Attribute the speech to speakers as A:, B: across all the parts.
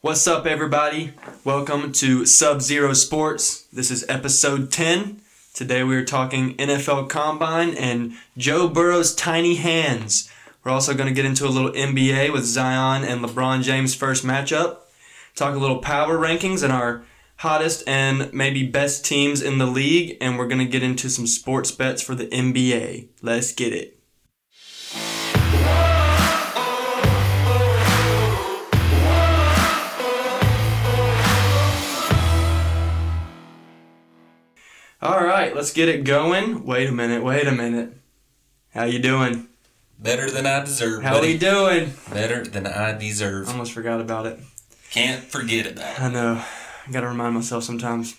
A: What's up, everybody? Welcome to Sub Zero Sports. This is episode 10. Today we are talking NFL Combine and Joe Burrow's tiny hands. We're also going to get into a little NBA with Zion and LeBron James' first matchup. Talk a little power rankings and our hottest and maybe best teams in the league. And we're going to get into some sports bets for the NBA. Let's get it. All right, let's get it going. Wait a minute, wait a minute. How you doing?
B: Better than I deserve.
A: How
B: buddy.
A: you doing?
B: Better than I deserve.
A: Almost forgot about it.
B: Can't forget about it.
A: I know. I gotta remind myself sometimes.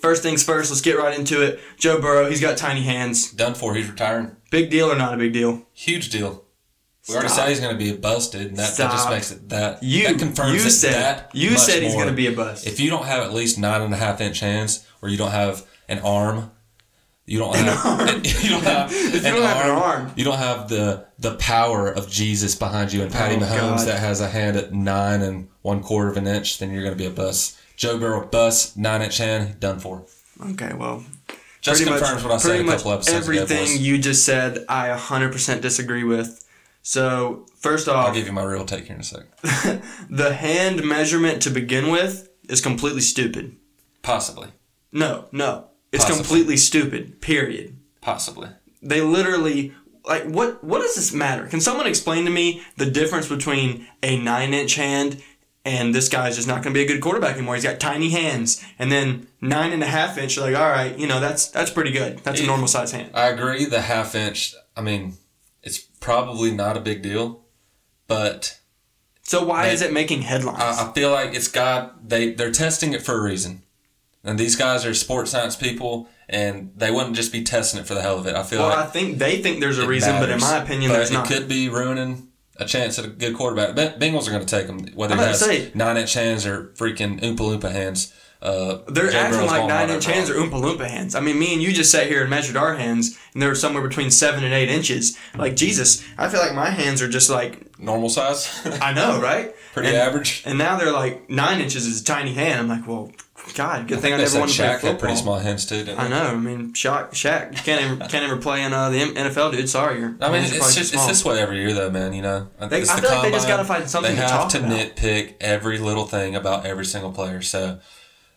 A: First things first, let's get right into it. Joe Burrow, he's got tiny hands.
B: Done for. He's retiring.
A: Big deal or not a big deal?
B: Huge deal. We already
A: Stop.
B: said he's going to be busted, and that, that
A: Stop.
B: just makes it that.
A: You
B: that confirms
A: you
B: it
A: said
B: that
A: you
B: much
A: said he's
B: more.
A: gonna be a bust.
B: If you don't have at least nine and a half inch hands, or you don't have an arm, you don't have you don't have
A: If you don't have an arm.
B: You don't have the the power of Jesus behind you and Patty
A: Oh,
B: Mahomes
A: God.
B: that has a hand at nine and one quarter of an inch. Then you're going to be a bust. Joe Burrow bust nine inch hand done for.
A: okay, well,
B: Just
A: pretty
B: confirms
A: much,
B: what I said
A: pretty
B: a
A: much
B: couple episodes ago.
A: everything
B: boys.
A: you just said, I 100% disagree with. So first
B: I'll
A: off,
B: give you my real take here in a sec.
A: the hand measurement to begin with is completely stupid.
B: Possibly,
A: No, no, it's
B: Possibly.
A: completely stupid. Period.
B: possibly.
A: they literally like what what does this matter can someone explain to me the difference between a nine inch hand and this guy's just not going to be a good quarterback anymore he's got tiny hands and then nine and a half inch you're like all right you know that's that's pretty good that's a
B: Yeah.
A: normal size hand
B: I agree. The half inch. I mean, it's probably not a big deal, but
A: so why is it making headlines
B: I, I feel like it's got they they're testing it for a reason, and these guys are sports science people, and they wouldn't just be testing it for the hell of it. I feel
A: well
B: like
A: i think they think there's a
B: it
A: reason but in
B: matters.
A: my opinion
B: But
A: there's
B: it
A: not
B: could be ruining a chance at a good quarterback. Ben- Bengals are going to take him whether
A: I'm
B: he
A: about
B: has
A: to say-
B: nine inch hands or freaking oompa loompa hands. Uh,
A: they're
B: Joe
A: acting
B: Burrow's
A: like
B: gonna
A: nine
B: run
A: inch
B: over
A: hands
B: him.
A: are Oompa Loompa hands. I mean, me and you just sat here and measured our hands, and they were somewhere between seven and eight inches. Like, Jesus, I feel like my hands are just like,
B: normal size,
A: I know, right?
B: pretty
A: And-
B: average.
A: And now they're like nine inches is a tiny hand. I'm like, well, God, good thing I
B: They
A: never
B: said
A: wanted to play
B: Shaq had
A: football.
B: pretty small hands too. Didn't
A: I
B: they?
A: know. I mean, Shaq, Shaq you can't even, can't ever play in uh, the M- NFL, dude. Sorry, your
B: I mean,
A: hands are
B: it's
A: probably
B: just
A: too
B: it's
A: small.
B: this way every year, though, man. You know,
A: They-
B: It's
A: I
B: the
A: feel like they just
B: combine.
A: gotta find something to
B: They have
A: talk
B: to
A: about.
B: nitpick every little thing about every single player. So,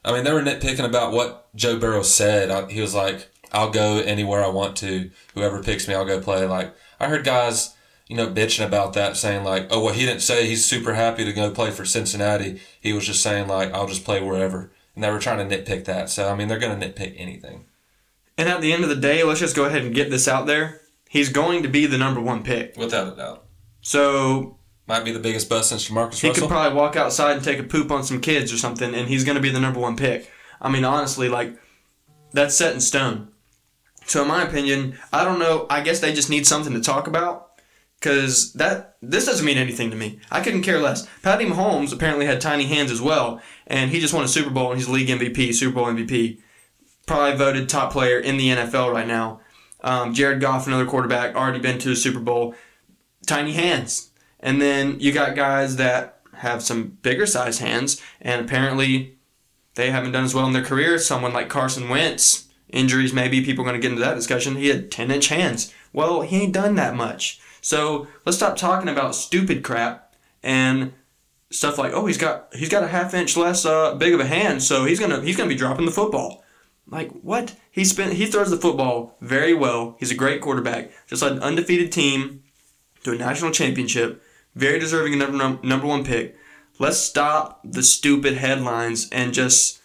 B: I mean, they were nitpicking about what Joe Burrow said. I, he was like, "I'll go anywhere I want to. Whoever picks me, I'll go play." Like I heard guys, you know, bitching about that, saying like, "Oh, well, he didn't say he's super happy to go play for Cincinnati. He was just saying like, I'll just play wherever." And they were trying to nitpick that. So, I mean, they're gonna nitpick anything.
A: And at the end of the day, let's just go ahead and get this out there. He's going to be the number one pick.
B: Without a doubt.
A: So
B: Might be the biggest bust since Marcus
A: he
B: Russell.
A: could probably walk outside and take a poop on some kids or something, and he's going to be the number one pick. I mean, honestly, like, that's set in stone. So, in my opinion, I don't know. I guess they just need something to talk about because that this doesn't mean anything to me. I couldn't care less. Patty Mahomes apparently had tiny hands as well, and he just won a Super Bowl and he's league MVP, Super Bowl MVP, probably voted top player in the NFL right now. Um, Jared Goff, another quarterback, already been to a Super Bowl. Tiny hands, and then you got guys that have some bigger size hands, and apparently they haven't done as well in their career. Someone like Carson Wentz, injuries maybe, people are going to get into that discussion. He had 10 inch hands. Well, he ain't done that much. So let's stop talking about stupid crap and stuff like, oh, he's got he's got a half inch less uh, big of a hand, so he's gonna he's gonna be dropping the football. Like what? He spent he throws the football very well. He's a great quarterback. Just led an undefeated team to a national championship. Very deserving of number num- number one pick. Let's stop the stupid headlines and just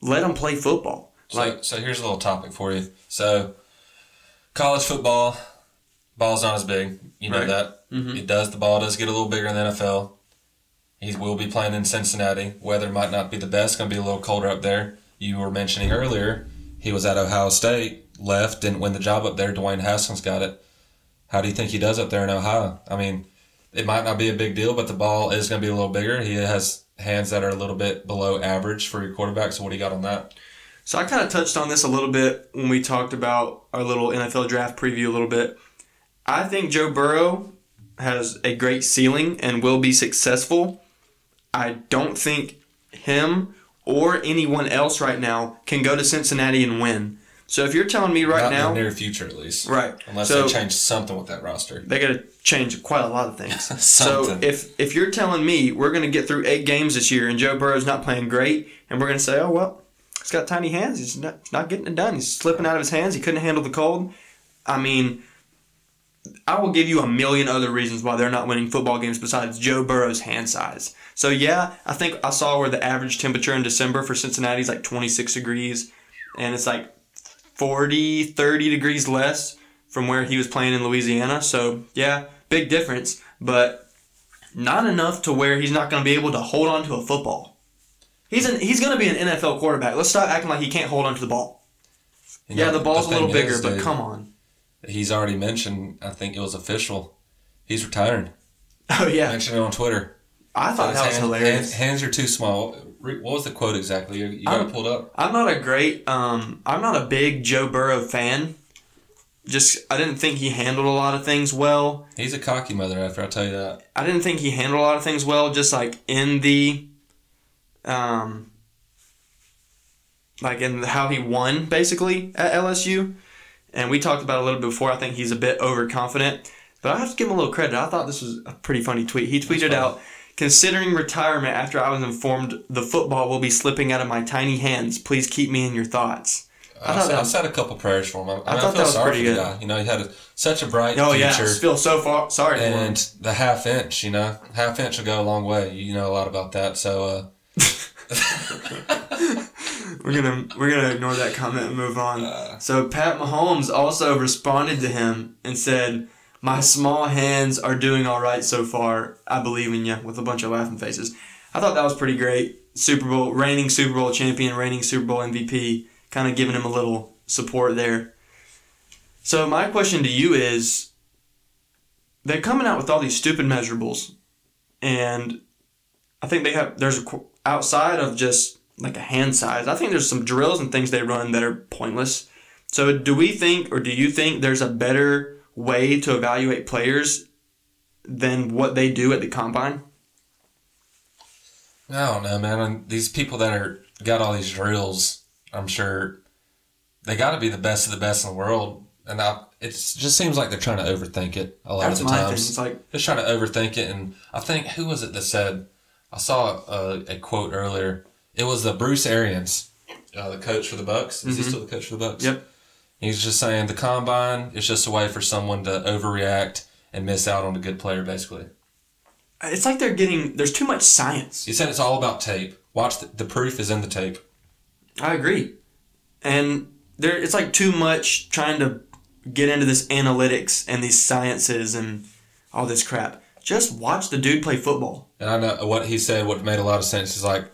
A: let him play football. Like
B: So, so here's a little topic for you. So, college football, ball's not as big. You know
A: Right.
B: that. It does. The ball does get a little bigger in the NFL. He will be playing in Cincinnati. Weather might not be the best. Going to be a little colder up there. You were mentioning earlier he was at Ohio State, left, didn't win the job up there. Dwayne Haskins got it. How do you think he does up there in Ohio? I mean, it might not be a big deal, but the ball is going to be a little bigger. He has hands that are a little bit below average for your quarterback. So what do you got on that?
A: So I kind of touched on this a little bit when we talked about our little NFL draft preview a little bit. I think Joe Burrow has a great ceiling and will be successful. I don't think him or anyone else right now can go to Cincinnati and win. So if you're telling me right
B: Not
A: now,
B: in the near future, at least.
A: right?
B: Unless
A: so
B: they change something with that roster.
A: they got to change quite a lot of things. so
B: Something.
A: if if you're telling me we're going to get through eight games this year and Joe Burrow's not playing great, and we're going to say, oh well, he's got tiny hands, he's not, he's not getting it done, he's slipping out of his hands, he couldn't handle the cold. I mean, I will give you a million other reasons why they're not winning football games besides Joe Burrow's hand size. So yeah, I think I saw where the average temperature in December for Cincinnati is like 26 degrees, and it's like 40, 30 degrees less from where he was playing in Louisiana. So, yeah, big difference, but not enough to where he's not going to be able to hold on to a football. He's an, he's going to be an NFL quarterback. Let's stop acting like he can't hold on to the ball.
B: You
A: yeah,
B: know,
A: the ball's a little
B: thing
A: bigger,
B: is,
A: but
B: dude,
A: come on.
B: He's already mentioned, I think it was official. He's retiring.
A: Oh, yeah.
B: Mentioned it on Twitter.
A: I thought that was
B: His hand-
A: hilarious.
B: hand- hands are too small. Re- What was the quote exactly? You, you got
A: I'm-
B: it pulled up.
A: I'm not a great, um, I'm not a big Joe Burrow fan. Just, I didn't think he handled a lot of things well.
B: He's a cocky mother after I tell you that.
A: I didn't think he handled a lot of things well, just like in the, um, like in how he won basically at LSU. And we talked about it a little bit before. I think he's a bit overconfident, but I have to give him a little credit. I thought this was a pretty funny tweet. He tweeted
B: funny.
A: out, considering retirement after I was informed the football will be slipping out of my tiny hands, please keep me in your thoughts.
B: I,
A: thought
B: said,
A: that
B: I
A: was-
B: said a couple prayers for him. I, I, mean, I
A: thought
B: feel
A: that was
B: sorry
A: pretty
B: for the
A: good.
B: guy. You know, he had a, such a bright
A: Oh, yeah. I
B: future.
A: feel so far, sorry for him.
B: and the half inch, you know, half inch will go a long way. You know a lot about that. So, uh,
A: We're gonna we're gonna ignore that comment and move on. so Pat Mahomes also responded to him and said, "My small hands are doing all right so far. I believe in you." With a bunch of laughing faces. I thought that was pretty great. Super Bowl reigning Super Bowl champion, reigning Super Bowl MVP, kind of giving him a little support there. So my question to you is, they're coming out with all these stupid measurables, and I think they have there's a qu- outside of just like a hand size. I think there's some drills and things they run that are pointless. So do we think or do you think there's a better way to evaluate players than what they do at the combine?
B: I don't know, man. And these people that are got all these drills, I'm sure they got to be the best of the best in the world. And I, it just seems like they're trying to overthink it a lot
A: That's
B: of the
A: my thing.
B: times.
A: It's like
B: just trying to overthink it. And I think who was it that said? I saw a, a quote earlier. It was the Bruce Arians, uh, the coach for the Bucks. Is he still the coach for the Bucks?
A: Mm-hmm. Yep.
B: He's just saying the combine is just a way for someone to overreact and miss out on a good player. Basically,
A: it's like they're getting there's too much science.
B: he said it's all about tape. Watch the, the proof is in the tape.
A: I agree. And there it's like too much trying to get into this analytics and these sciences and all this crap. Just watch the dude play football.
B: And I know what he said, what made a lot of sense is like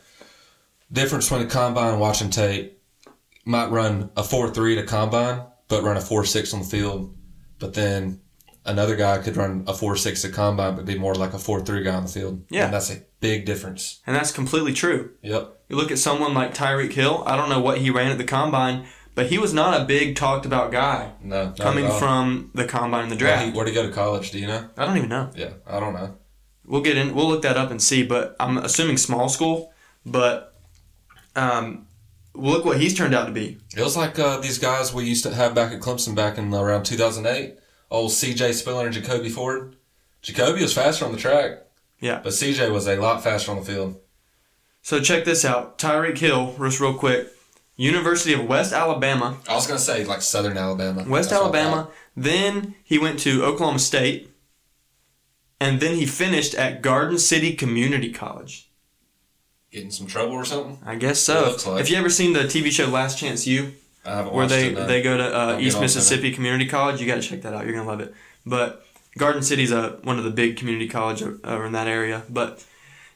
B: difference between a combine and watching tape. Might run a four three to combine, but run a four six on the field. But then another guy could run a four six to combine, but be more like a four three guy on the field.
A: Yeah.
B: and that's a big difference.
A: And that's completely true.
B: Yep.
A: You look at someone like Tyreek Hill. I don't know what he ran at the combine, but he was not a big talked about guy
B: No. not
A: coming
B: at all.
A: from the combine and the
B: where he,
A: draft.
B: where he go to college? Do you know?
A: I don't even know.
B: Yeah, I don't know.
A: We'll get in. We'll look that up and see. But I'm assuming small school. But um, look what he's turned out to be.
B: It was like uh, these guys we used to have back at Clemson back in around 2008. Old CJ Spiller and Jacoby Ford. Jacoby was faster on the track.
A: Yeah.
B: But CJ was a lot faster on the field.
A: So check this out. Tyreek Hill, just real quick. University of West Alabama.
B: I was going to say, like, Southern Alabama.
A: West
B: That's what I
A: Alabama. Then he went to Oklahoma State. And then he finished at Garden City Community College.
B: thought. Getting some trouble or something?
A: I guess
B: It
A: so.
B: looks like.
A: Have you ever seen the TV show Last Chance U,
B: I haven't
A: where
B: watched
A: they
B: it, no.
A: they go to uh,
B: I'll get
A: East
B: on to
A: Mississippi Community College? You got to check that out. You're gonna love it. But Garden City's a one of the big community college o- over in that area. But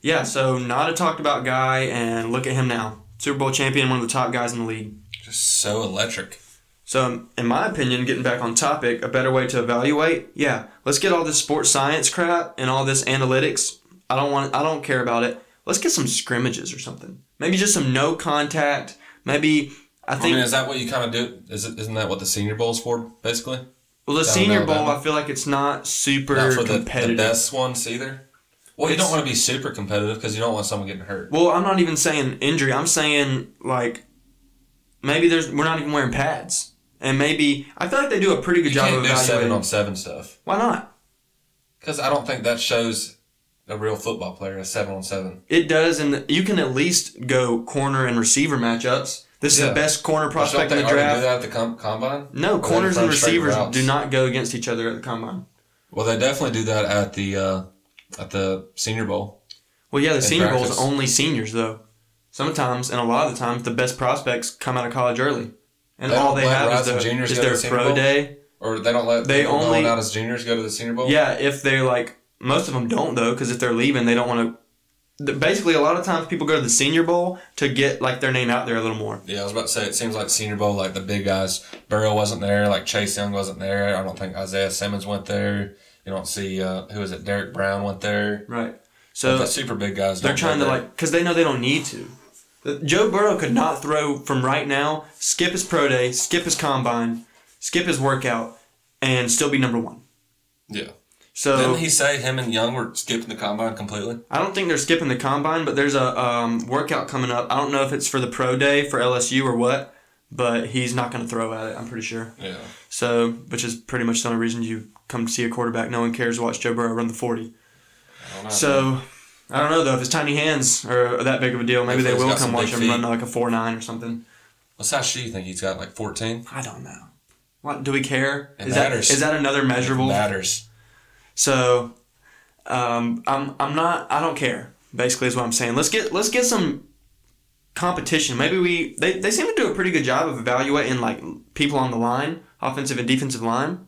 A: yeah, so not a talked about guy, and look at him now, Super Bowl champion, one of the top guys in the league.
B: Just so electric.
A: So um, in my opinion, getting back on topic, a better way to evaluate, yeah, let's get all this sports science crap and all this analytics. I don't want, I don't care about it. Let's get some scrimmages or something. Maybe just some no contact. Maybe I
B: I,
A: think
B: mean, is that what you kind of do? Is it, isn't that what the Senior Bowl's for, basically?
A: Well, the
B: Down in
A: Senior Bowl,
B: Alabama.
A: I feel like it's not super
B: Not for the, the
A: competitive.
B: best ones either? Well, you
A: It's-
B: don't want to be super competitive because you don't want someone getting hurt.
A: Well, I'm not even saying injury. I'm saying like maybe there's we're not even wearing pads, and maybe I feel like they do a pretty good
B: You
A: job
B: can't
A: of
B: do
A: evaluating.
B: seven on seven stuff
A: Why not?
B: because I don't think that shows a real football player a seven on seven.
A: It does, and you can at least go corner and receiver matchups. This is
B: Yeah.
A: the best corner
B: Don't
A: prospect in
B: they
A: the
B: already do
A: draft.
B: that at the com- combine?
A: No,
B: Or they
A: corners
B: run
A: and
B: straight
A: receivers
B: routes?
A: do not go against each other at the combine.
B: Well, they definitely do that at the uh, at the Senior Bowl.
A: Well, yeah, the
B: In
A: Senior Bowl is
B: practice.
A: only seniors though. Sometimes and a lot of the times, the best prospects come out of college early, and
B: They don't
A: all they
B: let
A: have
B: Rouse
A: is,
B: and
A: their,
B: juniors
A: is
B: go to
A: their
B: the Senior
A: pro
B: Bowl?
A: day.
B: Or they don't let
A: They
B: people going
A: only-
B: out as juniors go to the Senior Bowl.
A: Yeah, if they're like most of them don't though, because if they're leaving, they don't want to. Basically, a lot of times people go to the Senior Bowl to get like their name out there a little more.
B: Yeah, I was about to say it seems like Senior Bowl, like the big guys, Burrow wasn't there, like Chase Young wasn't there. I don't think Isaiah Simmons went there. You don't see uh, who is it? Derek Brown went there.
A: Right.
B: So
A: So
B: the super big guys.
A: they're
B: don't
A: trying
B: go
A: to
B: there.
A: like because they know they don't need to. The- Joe Burrow could not throw from right now. Skip his pro day, skip his combine, skip his workout, and still be number one.
B: Yeah.
A: So
B: Didn't he say him and Young were skipping the combine completely?
A: I don't think they're skipping the combine, but there's a um, workout coming up. I don't know if it's for the pro day for LSU or what, but he's not going to throw at it. I'm pretty sure.
B: Yeah.
A: So, which is pretty much the only reason you come to see a quarterback. No one cares to watch Joe Burrow run the 40.
B: I don't know.
A: So, I don't know, though. If his tiny hands are that big of a deal, maybe they
B: Hopefully
A: will
B: he's got
A: come
B: some
A: watch him
B: big
A: run like a 4 9 or something.
B: what size shoe you think he's got? Like fourteen.
A: I don't know. What, do we care?
B: It
A: Is that,
B: matters.
A: is that another measurable?
B: Matters.
A: So, um, I'm, I'm not, I don't care, basically, is what I'm saying. Let's get, let's get some competition. Maybe we, they, they seem to do a pretty good job of evaluating like people on the line, offensive and defensive line.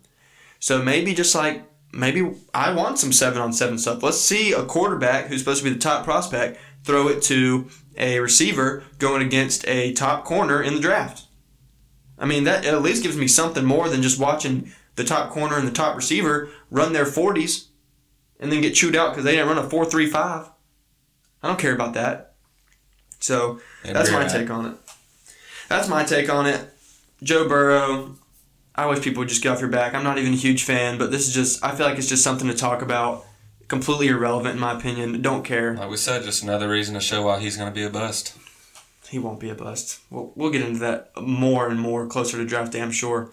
A: So maybe just like, maybe I want some seven on seven stuff. Let's see a quarterback who's supposed to be the top prospect throw it to a receiver going against a top corner in the draft. I mean, that at least gives me something more than just watching the top corner and the top receiver run their 40s and then get chewed out because they didn't run a 4 3 5. I don't care about that. So that's my take on it. That's my take on it. Joe Burrow, I wish people would just get off your back. I'm not even a huge fan, but this is just, I feel like it's just something to talk about. Completely irrelevant, in my opinion. Don't care.
B: Like we said, just another reason to show why he's going to be a bust.
A: He won't be a bust. We'll, we'll get into that more and more closer to draft day, I'm sure.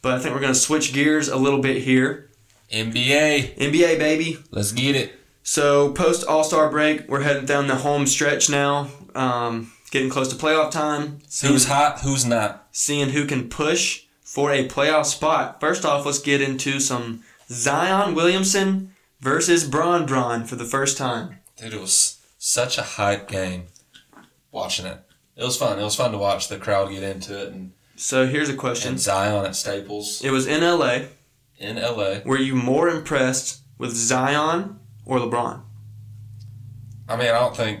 A: But I think we're going to switch gears a little bit here.
B: NBA,
A: NBA, baby.
B: let's get it.
A: So, post All Star break, we're heading down the home stretch now. Um, getting close to playoff time. Seeing,
B: Who's hot? Who's not?
A: seeing who can push for a playoff spot. First off, let's get into some Zion Williamson versus Bron Bron for the first time.
B: Dude, it was such a hype game. Watching it, it was fun. It was fun to watch the crowd get into it and,
A: So, here's a question.
B: and Zion at Staples
A: It was in LA.
B: in LA.
A: Were you more impressed with Zion or LeBron?
B: I mean, I don't think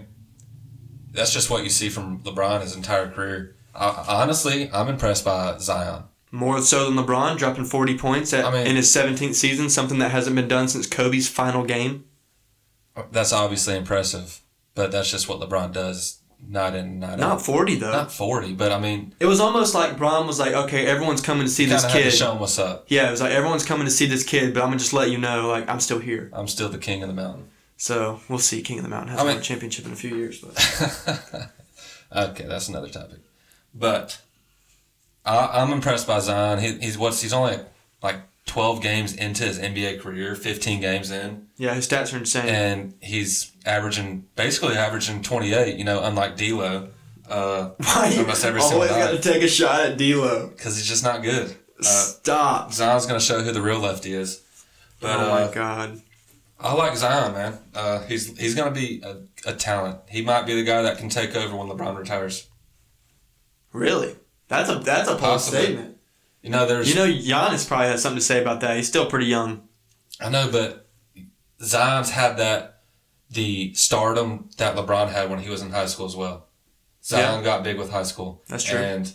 B: that's just what you see from LeBron his entire career. I, honestly, I'm impressed by Zion.
A: More so than LeBron, dropping 40 points at,
B: I mean-
A: in his 17th season, something that hasn't been done since Kobe's final game.
B: That's obviously impressive, but that's just what LeBron does night in night
A: Not
B: out.
A: 40, though.
B: Not 40, but I mean,
A: It was almost like Bron was like, okay, everyone's coming to see
B: kind
A: this
B: of had to
A: kid.
B: show him what's up.
A: Yeah, it was like, everyone's coming to see this kid, but I'm going to just let you know, like, I'm still here.
B: I'm still the king of the mountain.
A: So we'll see. King of the Mountain
B: I
A: has won
B: mean-
A: a championship in a few years. But
B: okay, that's another topic. But I, I'm impressed by Zion. He, he's what's he's only like 12 games into his NBA career, 15 games in.
A: yeah, his stats are insane.
B: and he's averaging basically averaging 28. You know, unlike D'Lo, uh,
A: Why you
B: almost every single
A: always got to
B: night
A: take a shot at D'Lo?
B: because he's just not good. Uh,
A: Stop.
B: Zion's gonna show who the real lefty is. But
A: oh
B: uh,
A: my God.
B: I like Zion, man. Uh, he's he's gonna be a, a talent. He might be the guy that can take over when LeBron retires.
A: Really? That's a that's a bold
B: Possibly.
A: statement.
B: You know, there's
A: You know, Giannis probably has something to say about that. He's still pretty young.
B: I know, but Zion's had that the stardom that LeBron had when he was in high school as well. Zion got big with high school.
A: That's true.
B: And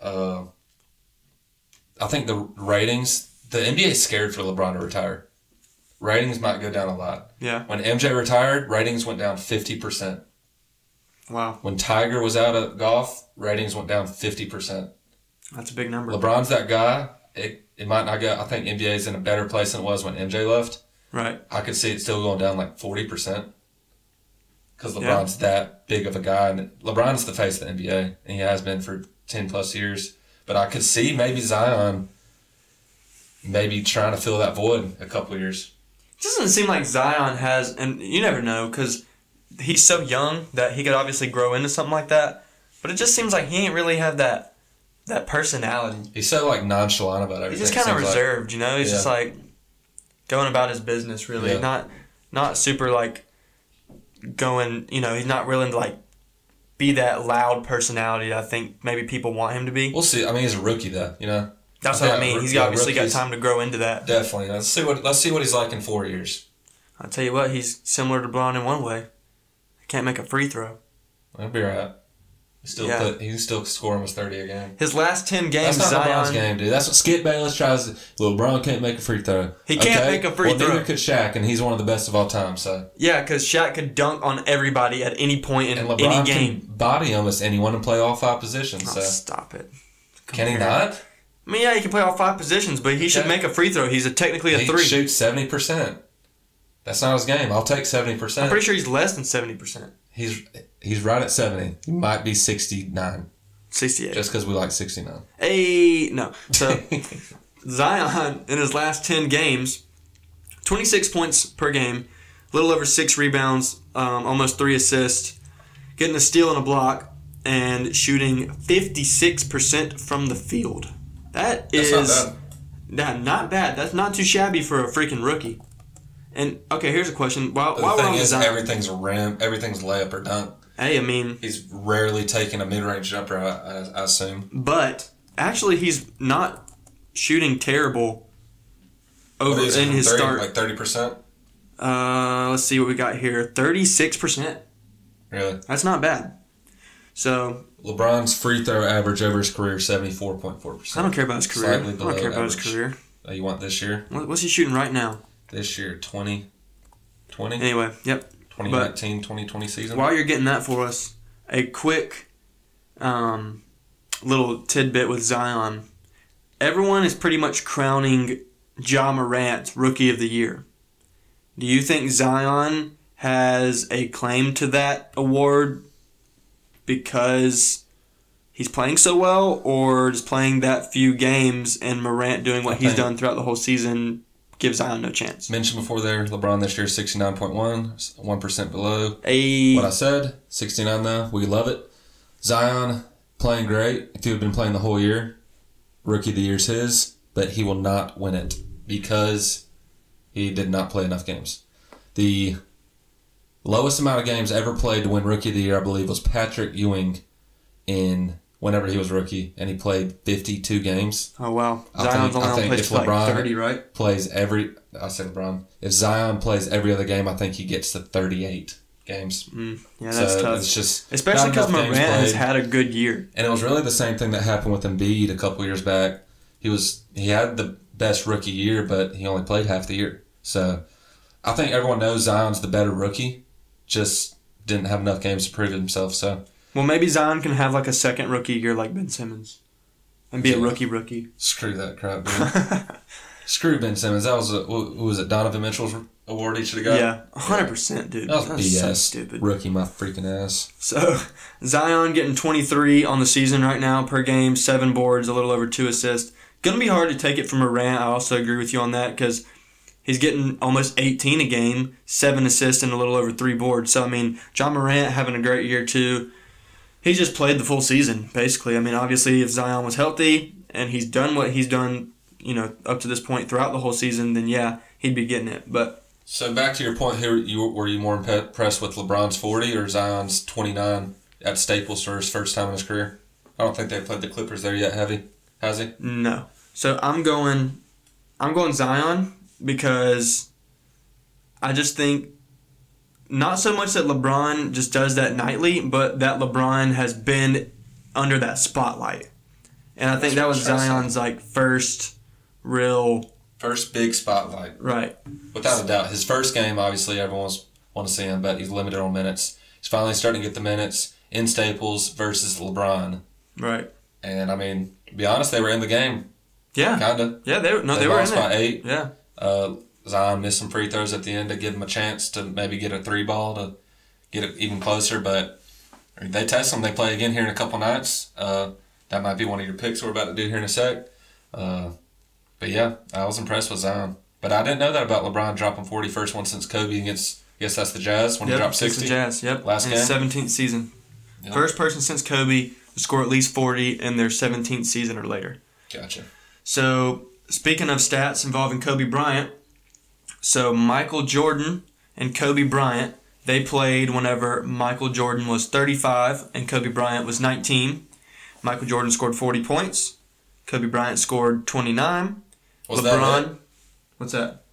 B: uh, I think the ratings, the NBA is scared for LeBron to retire. Ratings might go down a lot.
A: Yeah.
B: When MJ retired, ratings went down fifty percent.
A: Wow.
B: When Tiger was out of golf, ratings went down fifty percent.
A: That's a big number.
B: LeBron's that guy. It, it might not go. I think NBA is in a better place than it was when MJ left.
A: Right.
B: I could see it still going down like 40%. Because
A: Yeah.
B: LeBron's that big of a guy. And LeBron's the face of the NBA, and he has been for 10 plus years. But I could see maybe Zion maybe trying to fill that void a couple years.
A: It doesn't seem like Zion has, and you never know because he's so young that he could obviously grow into something like that. But it just seems like he ain't really have that that personality.
B: He's so like nonchalant about everything.
A: He's just kind of
B: seems like.
A: reserved, you know. He's just
B: Yeah.
A: like going about his business, really.
B: Yeah.
A: Not not super like going. You know, he's not willing to like be that loud personality. I think maybe people want him to be.
B: We'll see. I mean, he's a rookie though. You know,
A: That's what
B: Yeah,
A: I mean. He's
B: yeah,
A: obviously got
B: rookies.
A: time to grow into that.
B: definitely. Let's see what let's see what he's like in four years.
A: I tell you what, he's similar to Braun in one way. He can't make a free throw.
B: That'll be all right. He still
A: Yeah.
B: put, he can still score almost thirty a game.
A: His last ten games,
B: That's not LeBron's
A: Zion.
B: game, dude. That's what Skip Bayless tries. To, LeBron can't make a free throw.
A: He can't make a free
B: well,
A: throw.
B: Neither could Shaq, and he's one of the best of all time. So
A: Yeah, because Shaq could dunk on everybody at any point in
B: and
A: any
B: LeBron
A: game.
B: can body almost anyone and play all five positions.
A: Oh,
B: So
A: stop it. Come
B: can he
A: here.
B: not?
A: I mean, yeah, he can play all five positions, but he should
B: Okay.
A: make a free throw. He's a, technically a
B: he
A: three.
B: shoots seventy percent. That's not his game. I'll take seventy
A: I'm
B: percent.
A: pretty sure he's less than seventy percent.
B: He's he's right at seventy. He might be sixty nine,
A: Sixty-eight.
B: just because we like sixty nine.
A: Hey, no. So Zion in his last ten games, twenty-six points per game, a little over six rebounds, um, almost three assists, getting a steal and a block, and shooting fifty-six percent from the field. That
B: That's
A: is.
B: not bad.
A: Nah, not bad. That's not too shabby for a freaking rookie. And okay, here's a question. While,
B: The
A: while we're
B: thing
A: on
B: is,
A: design,
B: everything's rim, everything's layup or dunk.
A: hey, I mean,
B: He's rarely taking a mid-range jumper. I, I, I assume.
A: but actually, he's not shooting terrible over
B: What is it,
A: in his
B: 30,
A: start.
B: like thirty percent.
A: uh, let's see what we got here. Thirty-six percent.
B: Really,
A: That's not bad. So
B: LeBron's free throw average over his career seventy-four point four
A: I
B: percent.
A: don't care about his career.
B: Slightly
A: I don't
B: below
A: care about his
B: average.
A: career.
B: You want this year?
A: What, what's he shooting right now?
B: This year, 20, 20,
A: Anyway, yep.
B: 2019, 2020 season.
A: While you're getting that for us, a quick um, little tidbit with Zion. Everyone is pretty much crowning Ja Morant Rookie of the Year. Do you think Zion has a claim to that award because he's playing so well, or just playing that few games and Morant doing what
B: I
A: he's
B: think-
A: done throughout the whole season gives Zion no chance?
B: Mentioned before there, LeBron this year sixty nine point one, one percent below
A: A
B: what I said. 69 though, we love it. Zion playing great. If he had been playing the whole year, rookie of the year's his, but he will not win it because he did not play enough games. The lowest amount of games ever played to win rookie of the year, I believe, was Patrick Ewing in whenever he was rookie, and he played 52 games.
A: oh wow,
B: I
A: Zion's
B: think-
A: only
B: I
A: on
B: think
A: place
B: if
A: for like
B: LeBron-
A: thirty, right?
B: Plays every I said LeBron. If Zion plays every other game, I think he gets to 38 games.
A: Mm. Yeah, that's
B: so
A: tough.
B: it's just
A: Especially
B: not
A: because
B: enough
A: Morant
B: games
A: has
B: played.
A: had a good year.
B: And it was really the same thing that happened with Embiid a couple years back. He was he had the best rookie year, but he only played half the year. So I think everyone knows Zion's the better rookie. Just didn't have enough games to prove himself. So
A: Well, maybe Zion can have like a second rookie year like Ben Simmons and be a
B: Yeah.
A: rookie rookie.
B: screw that crap, dude. screw Ben Simmons. That was a, who who was it? Donovan Mitchell's award he should have got.
A: yeah, 100%, dude.
B: That was
A: That's
B: BS.
A: so stupid.
B: Rookie, my freaking ass.
A: So, Zion getting 23 on the season right now per game, seven boards, a little over two assists. Going to be hard to take it from Morant. I also agree with you on that because he's getting almost 18 a game, seven assists, and a little over three boards. So, I mean, John Morant having a great year, too. He just played the full season, basically. I mean, obviously, if Zion was healthy and he's done what he's done, you know, up to this point throughout the whole season, then yeah, he'd be getting it. But
B: So back to your point, here you were you more impe- impressed with LeBron's forty or Zion's twenty nine at Staples for his first time in his career? I don't think they played the Clippers there yet. Have he? Has he?
A: No. So I'm going I'm going Zion because I just think not so much that LeBron just does that nightly, but that LeBron has been under that spotlight. And I think that was Zion's like first real
B: First big spotlight,
A: right.
B: without a doubt. His first game, obviously, everyone's want to see him, but he's limited on minutes. He's finally starting to get the minutes in Staples versus LeBron.
A: Right.
B: And I mean, to be honest, they were in the game,
A: Yeah.
B: kinda.
A: Yeah, they were no, they, were in
B: lost
A: it.
B: by eight.
A: Yeah.
B: Uh, Zion missed some free throws at the end to give him a chance to maybe get a three ball to get it even closer. But they test them. They play again here in a couple nights. Uh, that might be one of your picks we're about to do here in a sec. Uh, but yeah, I was impressed with Zion. But I didn't know that about LeBron dropping 40 first one since Kobe against, I guess that's the Jazz when
A: yep,
B: he dropped
A: since
B: 60.
A: The Jazz. Yep.
B: Last
A: in
B: game.
A: his 17th season.
B: Yep.
A: First person since Kobe to score at least 40 in their 17th season or later.
B: Gotcha.
A: So, speaking of stats involving Kobe Bryant, so Michael Jordan and Kobe Bryant, they played whenever Michael Jordan was 35 and Kobe Bryant was 19. Michael Jordan scored 40 points. Kobe Bryant scored 29. LeBron,
B: Was that it?
A: what's that?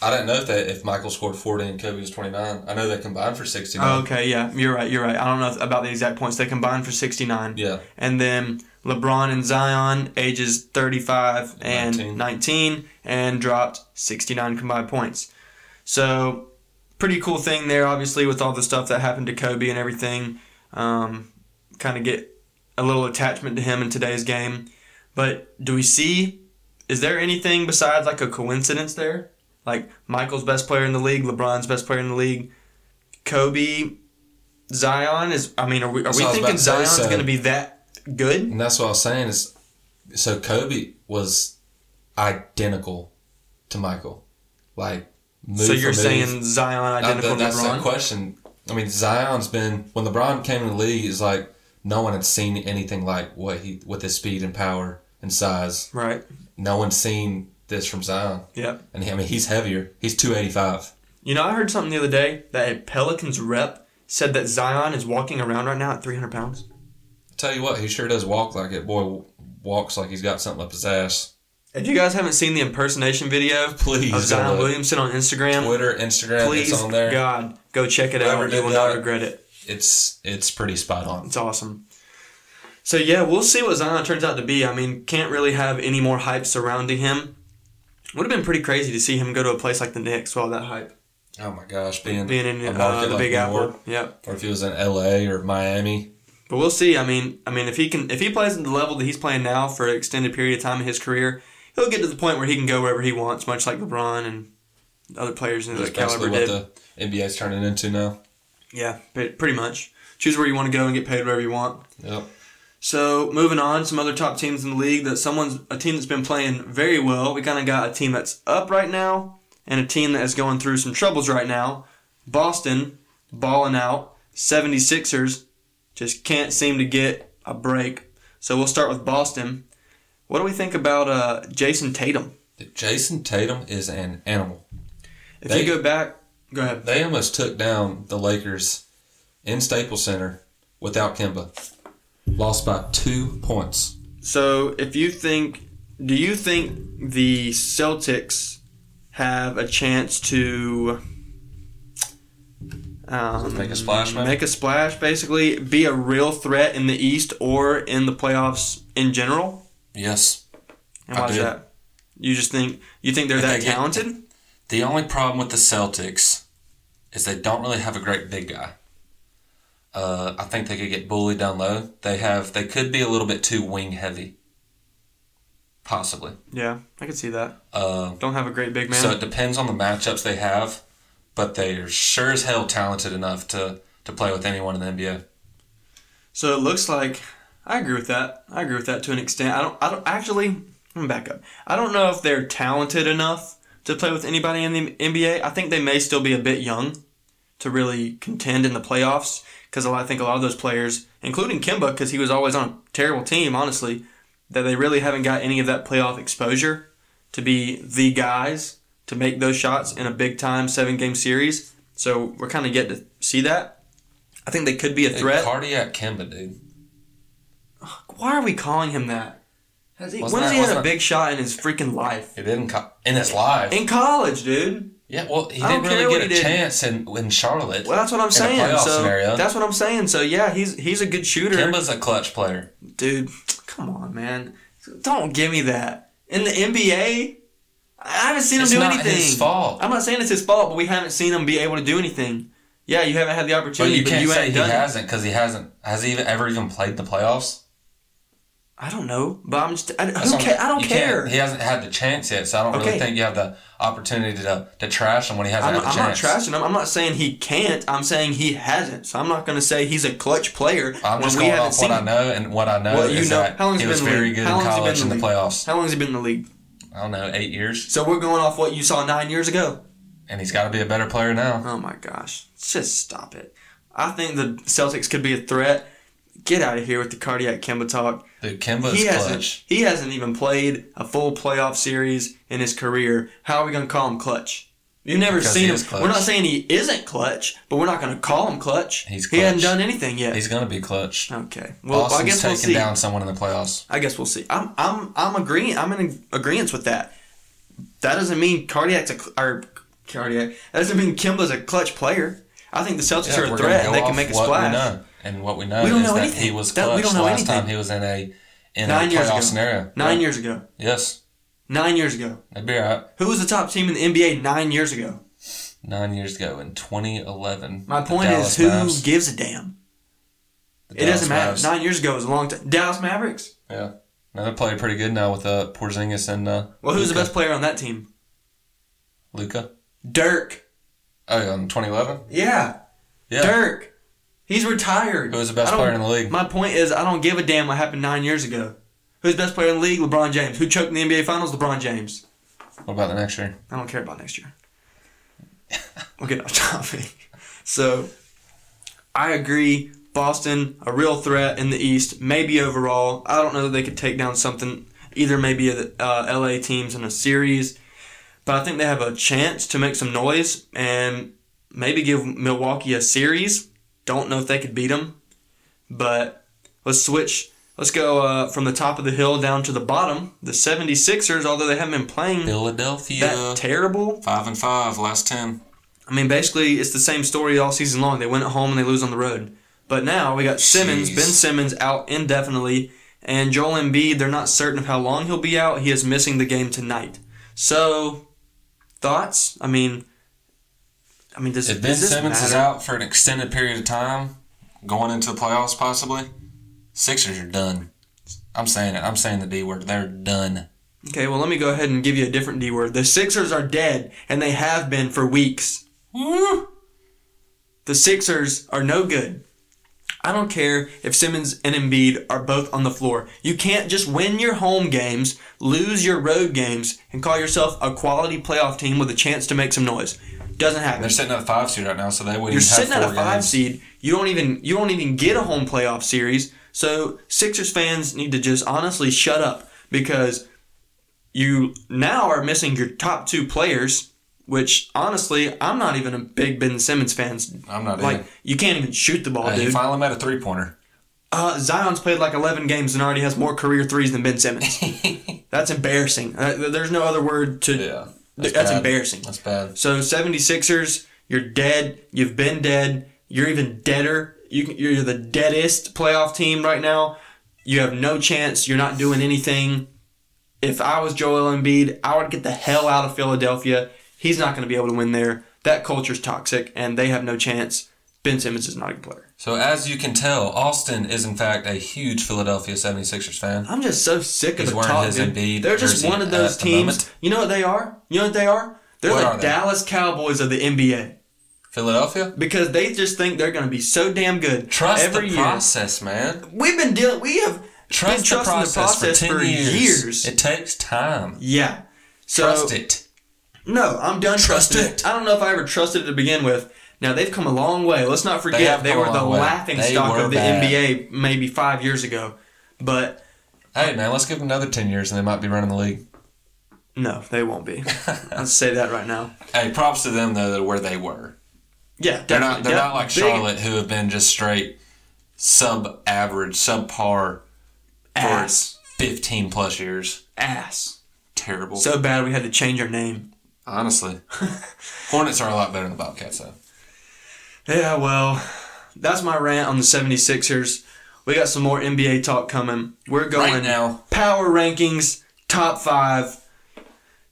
B: I didn't know that if Michael scored 40 and Kobe was 29. I know they combined for 69.
A: Oh, okay, yeah, you're right, you're right. I don't know about the exact points. They combined for 69.
B: Yeah.
A: And then LeBron and Zion, ages 35 and 19.
B: 19.
A: and dropped 69 combined points. So, pretty cool thing there, obviously, with all the stuff that happened to Kobe and everything. Um, kind of get a little attachment to him in today's game. But do we see, is there anything besides like a coincidence there? Like Michael's best player in the league, LeBron's best player in the league, Kobe, Zion is, I mean, are we, are
B: That's
A: we
B: what I was
A: thinking
B: about to say,
A: Zion's
B: so-
A: going to be that good?
B: And that's what I was saying is, so Kobe was identical to Michael, like move
A: so you're
B: for move.
A: saying Zion
B: Uh,
A: identical
B: th-
A: to
B: that's the
A: LeBron?
B: question. I mean, Zion's been when LeBron came in the league, is like no one had seen anything like what he with his speed and power and size.
A: Right.
B: No one's seen this from Zion,
A: Yep.
B: and he, I mean he's heavier. He's two eighty five.
A: You know, I heard something the other day that a Pelicans rep said that Zion is walking around right now at 300 pounds.
B: Tell you what, he sure does walk like it. Boy, w- walks like he's got something up his ass.
A: If you guys haven't seen the impersonation video
B: Please
A: of
B: go
A: Oh, Zion
B: look.
A: Williamson on Instagram,
B: Twitter, Instagram,
A: please,
B: it's on there.
A: God, go check it out.
B: Whoever
A: You
B: did
A: will not
B: that-
A: regret it.
B: It's it's pretty spot on.
A: It's awesome. So yeah, we'll see what Zion turns out to be. I mean, can't really have any more hype surrounding him. Would have been pretty crazy to see him go to a place like the Knicks with all that hype.
B: Oh my gosh, being,
A: being in
B: a
A: uh,
B: market
A: the
B: like
A: Big
B: New
A: Apple.
B: York,
A: Yep.
B: or if he was in L.A. or Miami,
A: But we'll see. I mean, I mean, if he can, if he plays at the level that he's playing now for an extended period of time in his career, he'll get to the point where he can go wherever he wants, much like LeBron and other players in
B: that's
A: that
B: basically
A: caliber
B: what
A: did.
B: the NBA's turning into now.
A: yeah, pe- pretty much. Choose where you want to go and get paid wherever you want.
B: Yep.
A: So moving on, some other top teams in the league that someone's a team that's been playing very well. We kind of got a team that's up right now and a team that is going through some troubles right now. Boston balling out. 76ers just can't seem to get a break. So we'll start with Boston. What do we think about uh, Jason Tatum?
B: Jason Tatum is an animal.
A: If
B: They-
A: you go back, go ahead.
B: They almost took down the Lakers in Staples Center without Kimba. Lost by two points.
A: So if you think, do you think the Celtics have a chance to um,
B: Make a splash, maybe?
A: Make a splash, basically, be a real threat in the East or in the playoffs in general.
B: Yes.
A: And
B: I
A: why's
B: do.
A: that? You just think you think they're
B: If
A: that
B: they get-
A: talented?
B: The only problem with the Celtics is they don't really have a great big guy. Uh, I think they could get bullied down low. They have they could be a little bit too wing heavy. Possibly.
A: Yeah, I could see that.
B: Uh,
A: Don't have a great big man.
B: So it depends on the matchups they have, but they are sure as hell talented enough to, to play with anyone in the NBA.
A: So it looks like I agree with that. I agree with that to an extent. I don't. I don't actually. Let me back up. I don't know if they're talented enough to play with anybody in the NBA. I think they may still be a bit young to really contend in the playoffs because I think a lot of those players, including Kimba, because he was always on a terrible team, honestly, that they really haven't got any of that playoff exposure to be the guys to make those shots in a big time seven game series. So we're kind of getting to see that. I think they could be a threat.
B: Cardiac Kimba, dude.
A: Why are we calling him that? Has he,
B: Wasn't
A: when's
B: that-
A: he had
B: wasn't
A: a
B: that-
A: big shot in his freaking life?
B: He didn't co- in his life.
A: In college, dude.
B: yeah, well, he
A: I don't
B: didn't
A: care
B: really
A: what
B: get a
A: he did.
B: chance in, in Charlotte.
A: Well, that's what I'm
B: a
A: saying.
B: playoff
A: so
B: scenario.
A: that's what I'm saying. So yeah, he's he's a good shooter,
B: Kimba's a clutch player.
A: dude. Come on, man. Don't give me that in the NBA. I haven't seen him
B: It's
A: do
B: not
A: anything.
B: his fault.
A: I'm not saying it's his fault, but we haven't seen him be able to do anything. Yeah, you haven't had the
B: But
A: opportunity,
B: you
A: but
B: can't
A: you
B: say
A: ain't
B: he
A: done it.
B: hasn't because he hasn't. Has he even, ever even played the playoffs?
A: I don't know, but I'm just. I,
B: That's
A: who
B: not-
A: ca- I don't
B: you
A: care.
B: can't- He hasn't had the chance yet, so I don't
A: Okay.
B: really think you have the opportunity to, to trash him when he hasn't
A: I'm,
B: had the
A: I'm not
B: chance.
A: trashing him. I'm not saying he can't. I'm saying he hasn't. So I'm not going to say he's a clutch player
B: I'm
A: when
B: just
A: we
B: going
A: haven't
B: off what
A: seen.
B: I know, and what I know
A: Well, you
B: is
A: know-
B: that
A: how long's
B: he
A: he
B: was
A: been in the
B: very
A: league?
B: good
A: How
B: in
A: long's he been
B: college
A: in
B: in
A: the
B: the playoffs.
A: How long has he been in the league?
B: I don't know, eight years,
A: So we're going off what you saw nine years ago.
B: and he's got to be a better player now.
A: Oh my gosh! Just stop it. I think the Celtics could be a threat. Get out of here with the cardiac Kemba talk.
B: Dude, Kimba
A: he
B: is
A: hasn't.
B: clutch.
A: He hasn't even played a full playoff series in his career. How are we gonna call him clutch? You've never
B: Because
A: seen
B: he
A: him.
B: is clutch.
A: We're not saying he isn't clutch, but we're not gonna call him clutch.
B: He's
A: He hasn't
B: clutch.
A: done anything yet.
B: He's gonna be clutch.
A: okay. Well,
B: Boston's
A: I guess
B: taking
A: we'll see.
B: down someone in the playoffs.
A: I guess we'll see. I'm I'm I'm agreeing. I'm in agreement with that. That doesn't mean cardiac's a cl- or cardiac. That doesn't mean Kimba's a clutch player. I think the Celtics
B: Yeah,
A: are a
B: we're
A: threat.
B: gonna go
A: and They can
B: off
A: make a
B: what
A: splash.
B: We know. And what we know
A: We don't
B: is
A: know
B: that he
A: anything.
B: was
A: That- we
B: clutch
A: don't know
B: last
A: anything.
B: time he was in a in
A: Nine
B: a
A: years ago.
B: playoff scenario.
A: Nine
B: Yeah.
A: years ago.
B: Yes,
A: Nine years ago.
B: that'd be all right.
A: Who was the top team in the NBA nine years ago?
B: Nine years ago in 2011.
A: My
B: the
A: point
B: Dallas
A: is, who
B: Mavs-
A: gives a damn?
B: the
A: It doesn't matter.
B: Dallas Mavs-
A: Nine years ago was a long time. Dallas Mavericks.
B: Yeah. No, they're playing pretty good now with uh, Porzingis and uh,
A: Well, who's the
B: Luka.
A: best player on that team?
B: Luca.
A: Dirk.
B: Oh, yeah, in 2011.
A: Yeah.
B: Yeah.
A: Dirk. He's retired.
B: Who was the best
A: I don't-
B: player in the league?
A: My point is, I don't give a damn what happened nine years ago. Who's the best player in the league? LeBron James. Who choked in the NBA Finals? LeBron James.
B: What about the next year?
A: I don't care about next year. we'll get off topic. So, I agree. Boston, a real threat in the East, maybe overall. I don't know that they could take down something, either maybe uh, LA teams in a series, but I think they have a chance to make some noise and maybe give Milwaukee a series. Don't know if they could beat them, but let's switch. Let's go uh, from the top of the hill down to the bottom. The 76ers, although they haven't been playing
B: Philadelphia.
A: that terrible.
B: five and five, last 10.
A: I mean, basically, it's the same story all season long. They win at home and they lose on the road. But now we got Simmons,
B: Jeez.
A: Ben Simmons out indefinitely, and Joel Embiid. They're not certain of how long he'll be out. He is missing the game tonight. So, thoughts? I mean, I mean, does,
B: If Ben
A: does this
B: Simmons is
A: matter?
B: out for an extended period of time, going into the playoffs possibly, Sixers are done. I'm saying it. I'm saying the D word. They're done.
A: Okay, well, let me go ahead and give you a different D word. The Sixers are dead, and they have been for weeks.
B: Woo!
A: The Sixers are no good. I don't care if Simmons and Embiid are both on the floor. You can't just win your home games, lose your road games, and call yourself a quality playoff team with a chance to make some noise. Doesn't happen.
B: They're sitting at a five seed right now, so they wouldn't
A: You're
B: even have
A: sitting at a
B: four
A: five
B: games.
A: seed. You don't even you don't even get a home playoff series. So Sixers fans need to just honestly shut up because you now are missing your top two players. Which honestly, I'm not even a big Ben Simmons fan.
B: I'm not
A: Like
B: either.
A: you can't even shoot the ball,
B: Oh, Uh, he
A: dude.
B: finally made a three pointer.
A: Uh, Zion's played like 11 games and already has more career threes than Ben Simmons. That's embarrassing. Uh, th- there's no other word to.
B: Yeah.
A: That's,
B: bad.
A: embarrassing.
B: That's bad.
A: So 76ers, you're dead. You've been dead. You're even deader. You can, you're the deadest playoff team right now. You have no chance. You're not doing anything. If I was Joel Embiid, I would get the hell out of Philadelphia. He's not going to be able to win there. That culture's toxic, and they have no chance. Ben Simmons is not a good player.
B: So, as you can tell, Austin is in fact a huge Philadelphia 76ers fan.
A: I'm just so sick of
B: He's
A: the
B: wearing
A: talk.
B: his
A: dude.
B: Embiid
A: They're just
B: jersey
A: one of those
B: at the
A: teams.
B: moment.
A: you know what they are? You know what they are? They're
B: What
A: the
B: are they?
A: Dallas Cowboys of the NBA
B: Philadelphia?
A: because they just think they're going to be so damn good
B: Trust
A: every
B: the
A: year.
B: process, man.
A: We've been dealing. We have been
B: Trust the
A: trusting
B: process, for 10 years.
A: years.
B: It takes time.
A: yeah. So
B: Trust it.
A: no, I'm done
B: Trust
A: trusting it.
B: it.
A: I don't know if I ever trusted it to begin with. Now they've come a long way. Let's not forget
B: have
A: they,
B: come a
A: were the
B: long way.
A: laughing
B: They
A: stock
B: were
A: of the
B: bad.
A: NBA maybe five years ago, but
B: Hey, man, let's give them another 10 years and they might be running the league.
A: no, they won't be. Let's say that right now.
B: Hey, props to them, though, that where they were.
A: Yeah,
B: They're
A: definitely.
B: not, they're
A: Yeah,
B: not like
A: big
B: Charlotte, who have been just straight sub average, subpar for
A: Ass.
B: 15 plus years.
A: ass.
B: Terrible.
A: So bad we had to change our name.
B: Honestly, Hornets are a lot better than the Bobcats, though.
A: Yeah, well, that's my rant on the 76ers. We got some more NBA talk coming. We're going
B: Right now.
A: power rankings, top five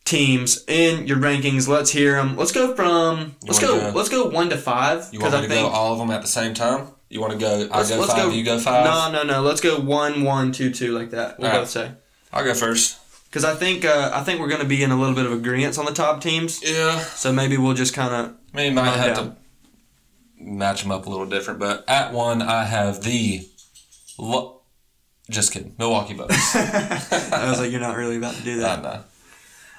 A: teams in your rankings. Let's hear them. Let's go from let's
B: wanna
A: go
B: go-
A: let's go one to five
B: You want me
A: I
B: to go all of them at the same time? You want to go? I
A: Let's-
B: go
A: let's
B: five.
A: go-
B: You go five.
A: No, no, no. Let's go one, one, two, two, like that. We'll
B: All right.
A: both say
B: I'll go first.
A: because I think uh, I think we're going to be in a little bit of agreement on the top teams.
B: Yeah,
A: So maybe we'll just kind of
B: we might
A: Calm
B: have
A: down.
B: to match them up a little different. But at one, I have the. Lo- just kidding, Milwaukee Bucks.
A: I was like, you're not really about to do
B: I
A: that.
B: know.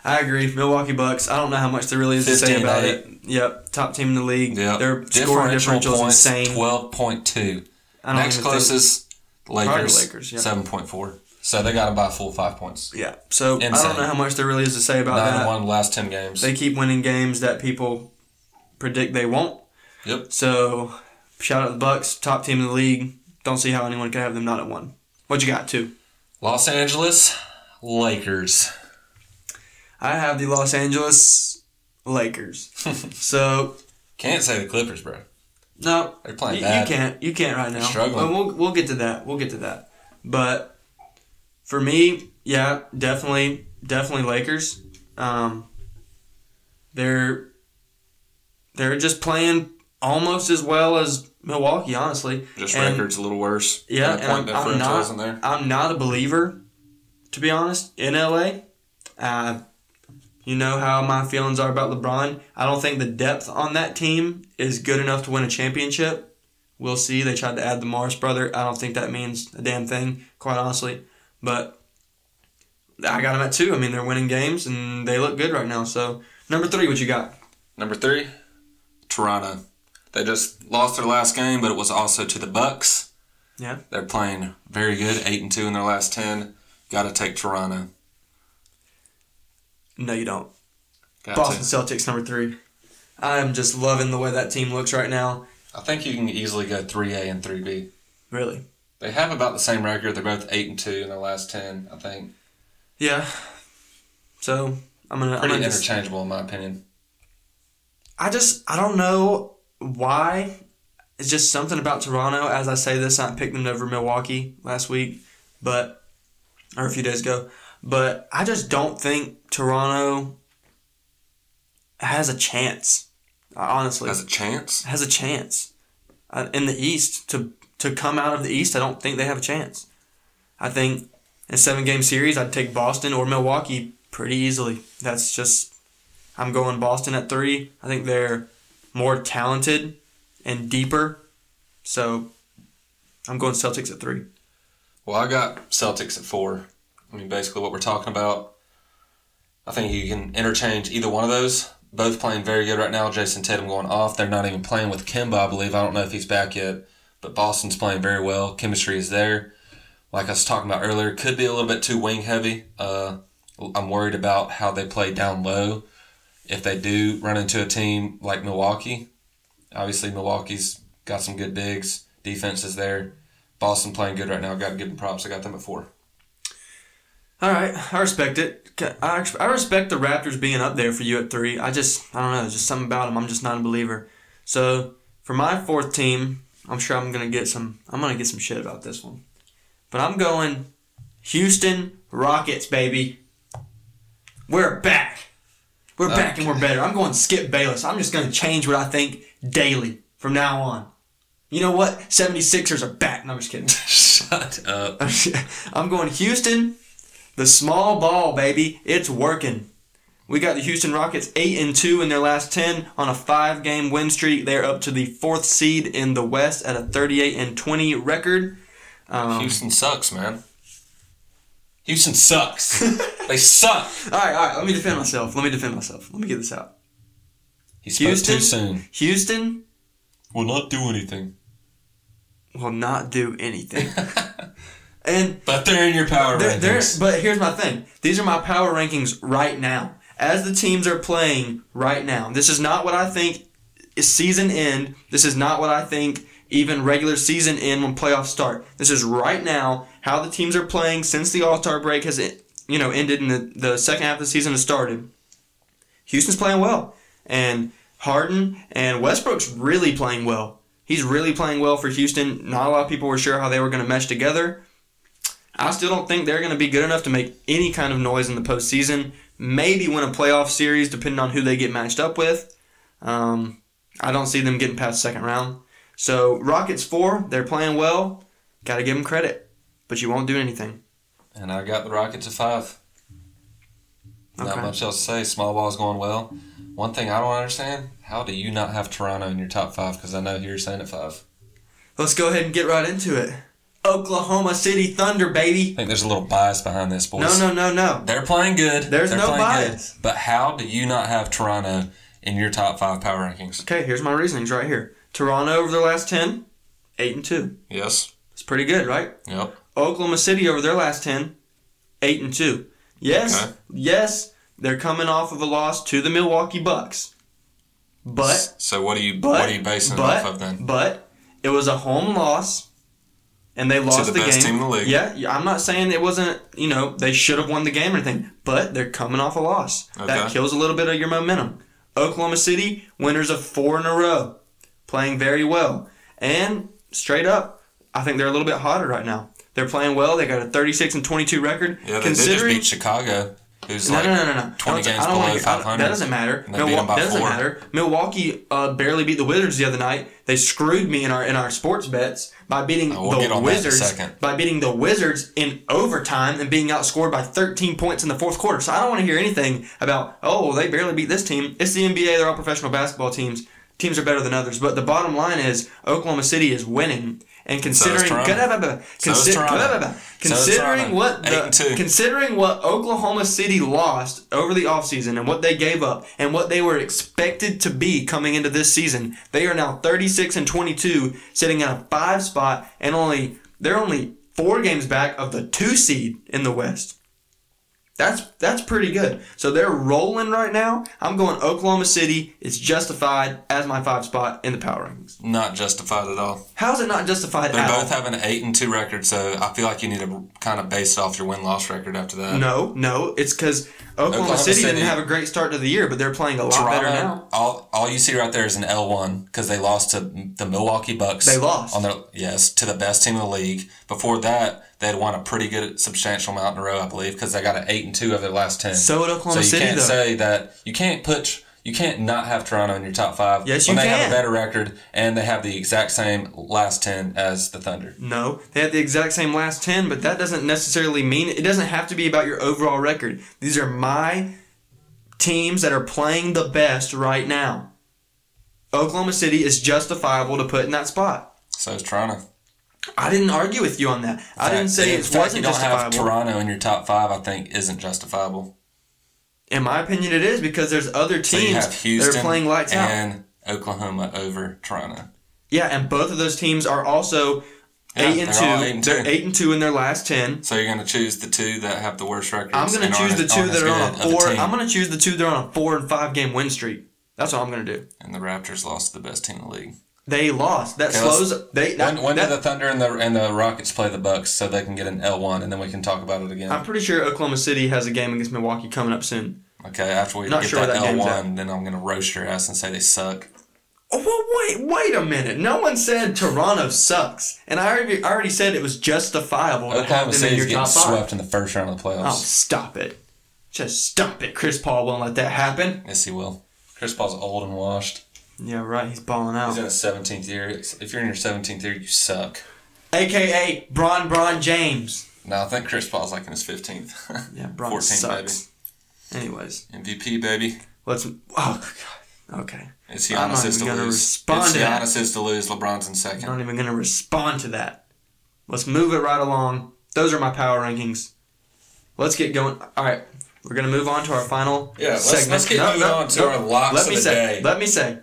A: I agree. Milwaukee Bucks. I don't know how much there really is to say
B: 15,
A: about
B: eight.
A: it. Yep, top team in the league.
B: Yeah,
A: their scoring differential is insane.
B: Twelve point two.
A: I don't
B: Next
A: even think-
B: closest, Lakers.
A: Lakers, yeah.
B: Seven point four. So they got them by full five points.
A: yeah. So I
B: Insane.
A: don't know how much there really is to say about
B: Nine and
A: that.
B: one in the last ten games.
A: They keep winning games that people predict they won't.
B: Yep.
A: So shout out to the Bucks, top team in the league. Don't see how anyone could have them not at one. What you got? Two.
B: Los Angeles Lakers.
A: I have the Los Angeles Lakers. so
B: Can't say the Clippers, bro.
A: no,
B: They're
A: you,
B: playing
A: you
B: bad.
A: can't. You can't right now.
B: struggling.
A: But we'll we'll get to that. We'll get to that. But for me, yeah, definitely, definitely Lakers. Um, they're they're just playing almost as well as Milwaukee, honestly.
B: Just
A: And-
B: records a little worse.
A: Yeah,
B: And the
A: and I'm-
B: point
A: I'm
B: differential
A: not-
B: isn't there.
A: I'm not a believer, to be honest, in LA. Uh, you know how my feelings are about LeBron. I don't think the depth on that team is good enough to win a championship. We'll see. They tried to add the Morris brother. I don't think that means a damn thing, quite honestly. But I got them at two. I mean, they're winning games and they look good right now. So number three, what you got?
B: Number three, Toronto. They just lost their last game, but it was also to the Bucks.
A: Yeah.
B: They're playing very good, eight and two in their last ten. Gotta take Toronto.
A: No, you don't.
B: Got
A: Boston
B: to.
A: Celtics number three. I'm just loving the way that team looks right now.
B: I think you can easily go three A and three B.
A: Really.
B: They have about the same record. They're both eight and two in their last ten, I think.
A: Yeah. So I'm gonna. I'm
B: Pretty
A: gonna just,
B: interchangeable in my opinion.
A: I just I don't know why. It's just something about Toronto. As I say this, I picked them over Milwaukee last week, but or a few days ago. But I just don't think Toronto has a chance. I- Honestly,
B: Has a chance.
A: has a chance uh, in the East to to come out of the East. I don't think they have a chance. I think in a seven game series, I'd take Boston or Milwaukee pretty easily. That's just I'm going Boston at three. I think they're more talented and deeper, so I'm going Celtics at three.
B: Well, I got Celtics at four. I mean, basically what we're talking about. I think you can interchange either one of those. Both playing very good right now. Jason Tatum going off. They're not even playing with Kimba, I believe. I don't know if he's back yet, but Boston's playing very well. Chemistry is there. Like I was talking about earlier, could be a little bit too wing heavy. Uh, I'm worried about how they play down low. If they do run into a team like Milwaukee, obviously Milwaukee's got some good bigs. Defense is there. Boston playing good right now. Got to give them props. I got them at four.
A: All right, I respect it. Ca- I ex- I respect the Raptors being up there for you at three. I just, I don't know, there's just something about them. I'm just not a believer. So for my fourth team, I'm sure I'm gonna get some. I'm gonna get some shit about this one, but I'm going Houston Rockets, baby. We're back. We're back and we're better. I'm going Skip Bayless. I'm just gonna change what I think daily from now on. You know what? 76ers are back. No, I'm just kidding.
B: Shut up.
A: I'm going Houston. The small ball, baby. It's working. We got the Houston Rockets eight and two in their last ten on a five game win streak. They're up to the fourth seed in the West at a thirty eight and twenty record. Um,
B: Houston sucks, man. Houston sucks. they suck.
A: all right, all right. Let me defend myself. Let me defend myself. Let me get this out.
B: He spoke
A: Houston?
B: too soon.
A: Houston
B: Will not do anything.
A: will not do anything. and
B: But they're in your power
A: There- there-
B: rankings.
A: but here's my thing. These are my power rankings right now. As the teams are playing right now. This is not what I think is season end. This is not what I think even regular season end when playoffs start. This is right now how the teams are playing since the All Star break has you know ended and the, the second half of the season has started. Houston's playing well. And Harden and Westbrook's really playing well. He's really playing well for Houston. Not a lot of people were sure how they were going to mesh together. I still don't think they're going to be good enough to make any kind of noise in the postseason. Maybe win a playoff series, depending on who they get matched up with. Um, I don't see them getting past second round. So Rockets four, they're playing well. Got to give them credit, but you won't do anything.
B: And I got the Rockets at five. Not
A: Okay.
B: much else to say. Small ball's going well. One thing I don't understand: how do you not have Toronto in your top five? Because I know you're saying at five.
A: Let's go ahead and get right into it. Oklahoma City Thunder,
B: I
A: baby.
B: think there's a little bias behind this, boys.
A: No, no, no, no.
B: They're playing good.
A: There's
B: They're
A: no
B: playing
A: bias.
B: Good. But how do you not have Toronto in your top five power rankings?
A: Okay, here's my reasonings right here. Toronto over their last ten, eight and two.
B: Yes.
A: It's pretty good, right?
B: Yep.
A: Oklahoma City over their last ten, eight and two. Yes,
B: Okay.
A: yes, they're coming off of a loss to the Milwaukee Bucks, but
B: So what are you
A: but
B: what are you basing
A: but,
B: it off of then?
A: But it was a home loss, and they lost
B: the
A: the,
B: best
A: game.
B: team in the league.
A: Yeah, yeah, I'm not saying it wasn't. You know, they should have won the game or anything, but they're coming off a loss.
B: Okay.
A: That kills a little bit of your momentum. Oklahoma City winners of four in a row, playing very well, and straight up, I think they're a little bit hotter right now. They're playing well. They got a 36 and 22 record.
B: Yeah, they did just
A: considering
B: beat Chicago, who's
A: no,
B: like
A: no, no, no, no.
B: 20
A: I don't-
B: games
A: I don't
B: below
A: wanna- I don't-
B: 500.
A: That doesn't matter.
B: And they beat 'em by
A: Milwaukee doesn't
B: four.
A: matter. Milwaukee uh, barely beat the Wizards the other night. They screwed me in our in our sports bets by beating
B: Oh, we'll get
A: the
B: on that in a
A: Wizards
B: second.
A: by beating the Wizards in overtime and being outscored by 13 points in the fourth quarter. So I don't want to hear anything about oh they barely beat this team. It's the NBA. They're all professional basketball teams. Teams are better than others. But the bottom line is Oklahoma City is winning. And considering
B: Toronto.
A: Consi-
B: So is Toronto. So is
A: considering
B: Toronto.
A: what
B: Eight and two.
A: the Considering what Oklahoma City lost over the offseason and what they gave up and what they were expected to be coming into this season, they are now 36 and 22, sitting in a five spot and only they're only four games back of the two seed in the West. That's that's pretty good. So they're rolling right now. I'm going Oklahoma City. It's justified as my five spot in the power rankings.
B: not justified at all.
A: How is it not justified
B: They
A: at all?
B: both have an eight and two record, so I feel like you need to kind of base it off your win loss record after that.
A: No, no, it's because Oklahoma,
B: Oklahoma
A: City,
B: City-
A: didn't have a great start to the year, but they're playing a lot better now.
B: Toronto, all, all you see right there is an L one because they lost to the Milwaukee Bucks.
A: They lost.
B: on their yes to the best team in the league. Before that, they'd won a pretty good substantial amount in a row, I believe, because they got an eight and two of their last ten.
A: So would Oklahoma
B: you
A: City,
B: can't
A: though.
B: say that you can't put you can't not have Toronto in your top five.
A: Yes,
B: when
A: you
B: they have
A: can.
B: a better record and they have the exact same last ten as the Thunder.
A: No, they had the exact same last 10, but that doesn't necessarily mean it doesn't have to be about your overall record. These are my teams that are playing the best right now. Oklahoma City is justifiable to put in that spot.
B: So is Toronto.
A: I didn't argue with you on that. I didn't say
B: The
A: it
B: fact
A: wasn't
B: you don't have
A: justifiable.
B: Toronto in your top five. I think isn't justifiable.
A: In my opinion, it is because there's other
B: So you
A: teams
B: have Houston
A: that are playing lights out.
B: and Oklahoma over Toronto.
A: Yeah, and both of those teams are also
B: Yeah,
A: eight and
B: they're all eight
A: two.
B: and
A: They're
B: two.
A: eight and two in their last ten.
B: So you're going to choose the two that have the worst records.
A: I'm gonna
B: and
A: choose
B: aren't-
A: the two
B: aren't as
A: that are on
B: good
A: a
B: of
A: four.
B: team.
A: I'm gonna choose the two that are on a four and five game win streak. That's what I'm gonna do.
B: and the Raptors lost to the best team in the league.
A: They lost. That
B: Okay, let's-
A: slows. They that,
B: When, when
A: that-
B: do the Thunder and the and the Rockets play the Bucks so they can get an L one and then we can talk about it again?
A: I'm pretty sure Oklahoma City has a game against Milwaukee coming up soon.
B: okay, after we
A: not
B: get
A: sure where
B: that
A: that
B: L
A: game's
B: one, then I'm gonna roast your ass and say they suck.
A: Oh, well, wait, wait a minute. No one said Toronto sucks, and I already, I already said it was justifiable to have
B: Oklahoma
A: them in
B: City's
A: your
B: getting
A: top five.
B: swept in the first round of the
A: Oh,
B: playoffs.
A: stop it! Just stop it. Chris Paul won't let that happen.
B: Yes, he will. Chris Paul's old and washed.
A: Yeah, right. He's balling
B: He's
A: out.
B: in his 17th year. If you're in your 17th year, you suck.
A: AKA Bron Bron James.
B: No, I think Chris Paul's like in his 15th.
A: Yeah, Bron
B: 14th,
A: sucks. Anyways,
B: baby. MVP, baby.
A: let's. Oh God. Okay.
B: It's
A: I'm not
B: Giannis is
A: even
B: to
A: gonna
B: lose.
A: respond
B: it's
A: to that.
B: Giannis is to lose. LeBron's in second.
A: I'm not even gonna respond to that. Let's move it right along. Those are my power rankings. Let's get going. All right, we're gonna move on to our final.
B: Yeah, let's-
A: segment.
B: let's get moving on to our locks
A: let
B: of
A: me
B: the
A: say,
B: day.
A: Let me say.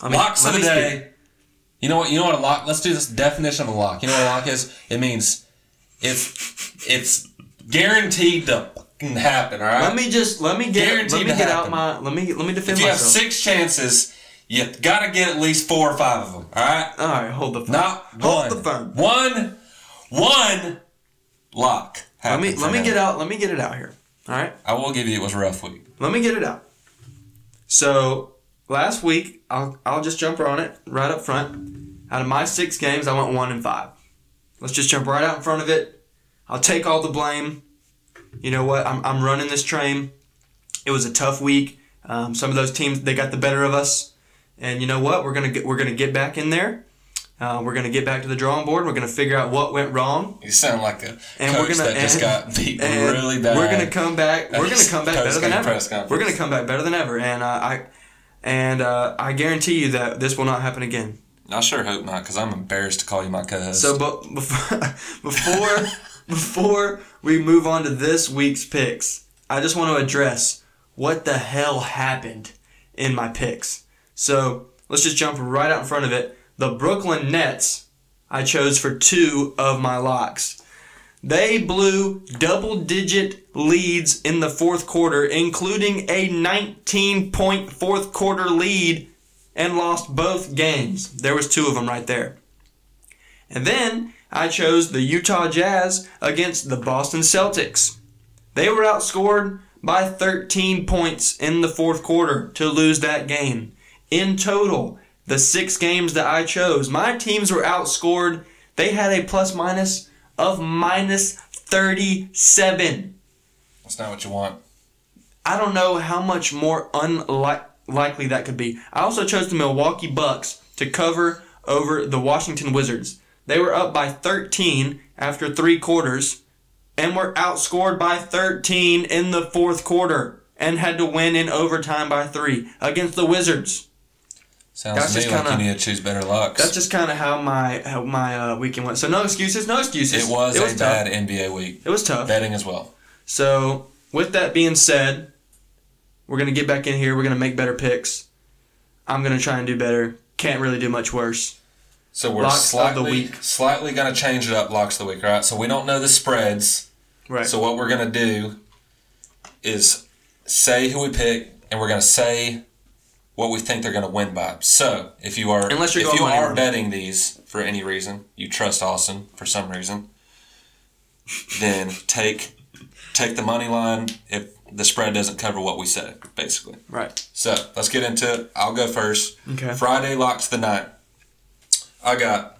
A: Let me-
B: Locks
A: let
B: of the
A: me speak.
B: day. You know what? You know what a lock. Let's do this definition of a lock. You know what a lock is? It means it's it's guaranteed to fucking happen. All right.
A: Let me just let me get
B: Guaranteed
A: let me
B: to
A: get
B: happen.
A: out my let me let me defend
B: if you have
A: myself.
B: six chances, you gotta get at least four or five of them. All right.
A: All right, hold the phone.
B: Not
A: hold
B: one.
A: the phone.
B: One. One lock.
A: Let me
B: happened
A: let me
B: for
A: get
B: now.
A: out. Let me get it out here. All right.
B: I will give you. It was a rough week.
A: Let me get it out. So last week, I'll I'll just jump on it right up front. Out of my six games, I went one and five. Let's just jump right out in front of it. I'll take all the blame. You know what? I'm I'm running this train. It was a tough week. Um, some of those teams they got the better of us, and you know what? We're gonna get, we're gonna get back in there. Uh, we're going to get back to the drawing board. We're going to figure out what went wrong.
B: You sound like a
A: And we're
B: coach
A: gonna-
B: that just
A: and-
B: got beat
A: And
B: really bad.
A: We're going to come back. We're going to come back better than
B: Post-game
A: ever.
B: press conference.
A: We're going to come back better than ever. And uh, I and uh, I guarantee you that this will not happen again.
B: I sure hope not, because I'm embarrassed to call you my co-host.
A: So, but before before before we move on to this week's picks, I just want to address what the hell happened in my picks. So let's just jump right out in front of it. The Brooklyn Nets, I chose for two of my locks. They blew double digit leads in the fourth quarter, including a 19 point fourth quarter lead, and lost both games. There was two of them right there. And then I chose the Utah Jazz against the Boston Celtics. They were outscored by 13 points in the fourth quarter to lose that game. In total, the six games that I chose, my teams were outscored. They had a plus minus of minus 37.
B: That's not what you want.
A: I don't know how much more unlikely that could be. I also chose the Milwaukee Bucks to cover over the Washington Wizards. They were up by 13 after three quarters and were outscored by 13 in the fourth quarter and had to win in overtime by three against the Wizards.
B: Sounds
A: That's
B: to me
A: just
B: like
A: kinda-
B: you need to choose better locks.
A: That's just kind of how my how my uh, weekend went. So no excuses, no excuses.
B: it was, a
A: tough.
B: bad NBA week.
A: It was tough.
B: Betting as well.
A: So, with that being said, we're going to get back in here. We're going to make better picks. I'm going to try and do better. Can't really do much worse.
B: So we're
A: Locks of the
B: slightly
A: week.
B: slightly gonna change it up locks of the week, right? So we don't know the spreads.
A: Right.
B: So what we're gonna do is say who we pick and we're gonna say what we think they're gonna win by. So if you are
A: Unless you're
B: if
A: going
B: you
A: money
B: are
A: line.
B: betting these for any reason, you trust Austin for some reason, then take take the money line if the spread doesn't cover what we said, basically.
A: right.
B: So let's get into it. I'll go first.
A: Okay.
B: Friday locks the night. I got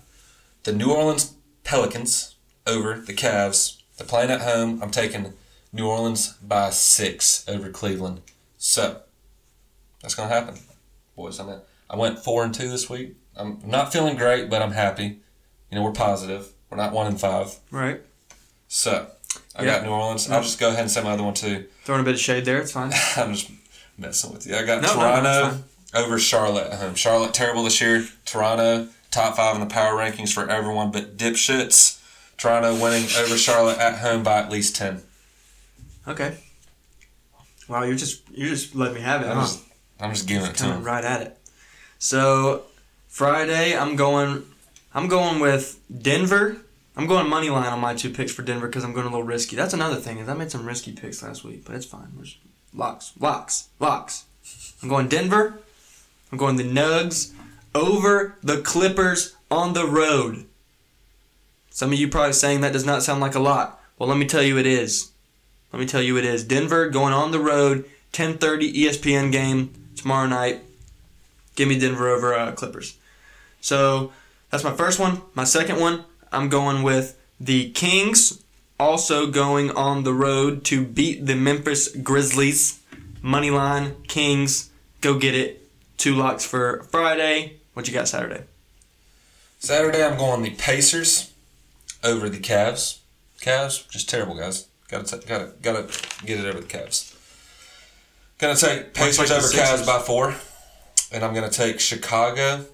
B: the New Orleans Pelicans over the Cavs. They're playing at home. I'm taking New Orleans by six over Cleveland. So that's gonna happen, boys. I'm in. I went four and two this week. I'm not feeling great, but I'm happy. You know, we're positive. We're not one and five.
A: Right.
B: So I
A: Yeah.
B: got New Orleans. I'll just go ahead and say my other one too.
A: Throwing a bit of shade there. It's fine.
B: I'm just messing with you. I got
A: No, no,
B: Toronto
A: no, it's
B: over Charlotte at home. Charlotte terrible this year. Toronto top five in the power rankings for everyone but dipshits. Toronto winning over Charlotte at home by at least ten.
A: Okay. Wow, you just you just let me have it.
B: I'm
A: huh?
B: just, I'm just giving it to
A: coming
B: them.
A: right at it. So Friday, I'm going. I'm going with Denver. I'm going money line on my two picks for Denver because I'm going a little risky. That's another thing is I made some risky picks last week, but it's fine. We're just, locks, locks, locks. I'm going Denver. I'm going the Nugs over the Clippers on the road. Some of you probably saying that does not sound like a lot. Well, let me tell you it is. Let me tell you it is. Denver going on the road, 10:30 ESPN game tomorrow night. Give me Denver over uh, Clippers. So that's my first one. My second one, I'm going with the Kings, also going on the road to beat the Memphis Grizzlies. Money line, Kings, go get it. Two locks for Friday. What you got Saturday?
B: Saturday I'm going the Pacers over the Cavs. Cavs just terrible guys. Got to got to got to get it over the Cavs. Gonna take Pacers
A: like the
B: over
A: Sixers.
B: Cavs by four, and I'm gonna take Chicago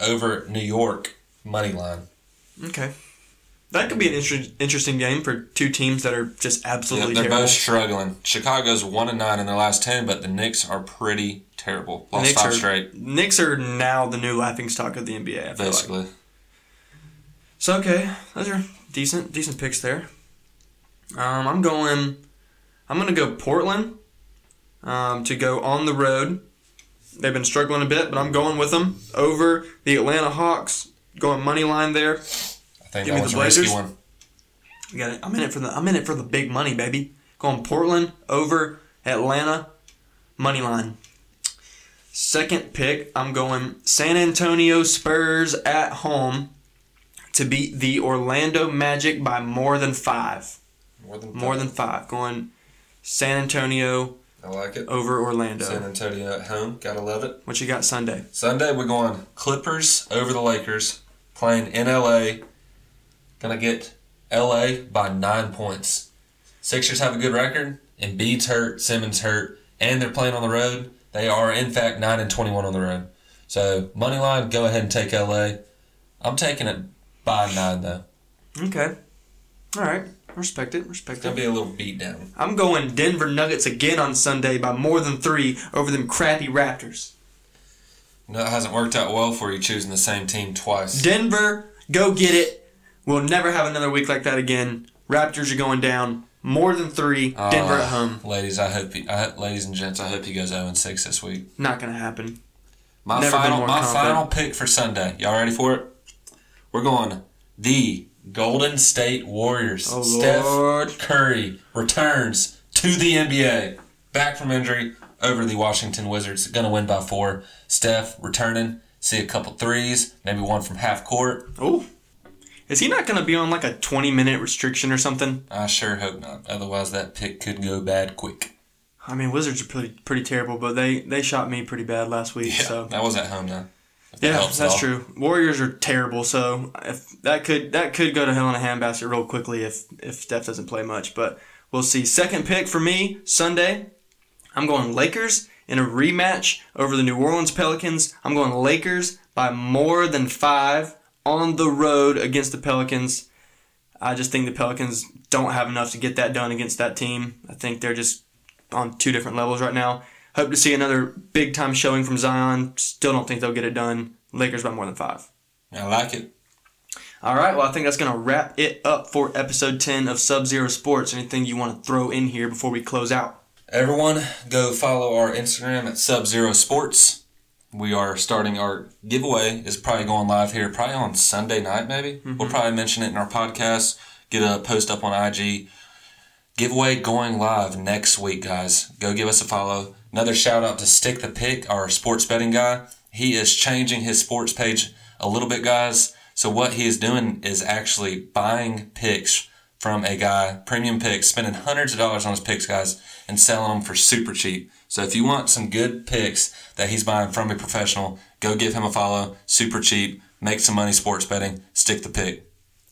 B: over New York money line.
A: Okay. That could be an inter- interesting game for two teams that are just
B: Yeah,
A: absolutely
B: they're
A: terrible.
B: both struggling. Chicago's one and nine in their last ten, but the Knicks are pretty terrible. Lost
A: Knicks
B: five
A: are-
B: straight,
A: Knicks are now the new laughing stock of the NBA. I feel like.
B: basically.
A: So okay, those are decent, decent picks there. Um, I'm going, I'm gonna go Portland um, to go on the road. They've been struggling a bit, but I'm going with them over the Atlanta Hawks. Going money line there.
B: I think
A: Give me
B: that was
A: the
B: a risky
A: Blazers.
B: one.
A: I got it. I'm in it for the I'm in it for the big money, baby. Going Portland over Atlanta money line. Second pick, I'm going San Antonio Spurs at home to beat the Orlando Magic by more than 5.
B: More than
A: More than 5. Going San Antonio
B: I like it.
A: over
B: San
A: Orlando.
B: Antonio at home, gotta love it.
A: What you got Sunday?
B: Sunday we're going Clippers over the Lakers. playing in LA. Gonna get LA by nine points. Sixers have a good record, and Beads hurt, Simmons hurt, and they're playing on the road. They are in fact nine and twenty-one on the road. So money line, go ahead and take LA. I'm taking it by nine though.
A: Okay. All right. Respect it. Respect
B: It's gonna
A: it.
B: be a little beat down.
A: I'm going Denver Nuggets again on Sunday by more than three over them crappy Raptors.
B: No, it hasn't worked out well for you choosing the same team twice.
A: Denver, go get it. We'll never have another week like that again. Raptors are going down more than three. Denver
B: Uh,
A: at home.
B: Ladies, I hope he, I, ladies and gents, I hope he goes 0 and 6 this week.
A: Not gonna happen.
B: My
A: Never been
B: final
A: more
B: my
A: confident.
B: final pick for Sunday. Y'all ready for it? We're going the Golden State Warriors.
A: Oh,
B: Steph
A: Lord.
B: Curry returns to the NBA. Back from injury over the Washington Wizards. Gonna win by four. Steph returning. See a couple threes, maybe one from half court.
A: Oh. Is he not gonna be on like a 20 minute restriction or something?
B: I sure hope not. Otherwise, that pick could go bad quick.
A: I mean, Wizards are pretty pretty terrible, but they they shot me pretty bad last week. So
B: that was at home though. If that
A: Yeah,
B: helps at
A: that's
B: all.
A: true. Warriors are terrible, so if that could that could go to hell in a handbasket real quickly if if Steph doesn't play much, but we'll see. Second pick for me Sunday, I'm going Lakers in a rematch over the New Orleans Pelicans. I'm going Lakers by more than five on the road against the Pelicans. I just think the Pelicans don't have enough to get that done against that team. I think they're just on two different levels right now. Hope to see another big time showing from Zion. Still don't think they'll get it done. Lakers by more than five.
B: I like it.
A: All right, well, I think that's going to wrap it up for episode 10 of Sub Zero Sports. Anything you want to throw in here before we close out?
B: Everyone, go follow our Instagram at Sub Zero Sports. We are starting our giveaway. is probably going live here, probably on Sunday night, maybe. We'll probably mention it in our podcast. Get a post up on IG. Giveaway going live next week, guys. Go give us a follow. Another shout out to Stick the Pick, our sports betting guy. He is changing his sports page a little bit, guys. So what he is doing is actually buying picks from a guy, premium picks, spending hundreds of dollars on his picks, guys, and selling them for super cheap. So if you want some good picks that he's buying from a professional, go give him a follow. Super cheap. Make some money sports betting. Stick the pick.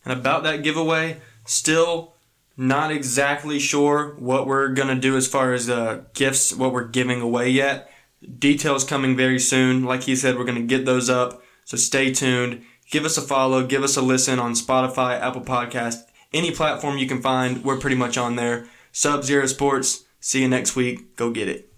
A: And about that giveaway, still not exactly sure what we're going to do as far as uh, gifts, what we're giving away yet. Details coming very soon. Like he said, we're going to get those up. So stay tuned. Give us a follow. Give us a listen on Spotify, Apple Podcast, any platform you can find. We're pretty much on there. Sub Zero Sports. See you next week. Go get it.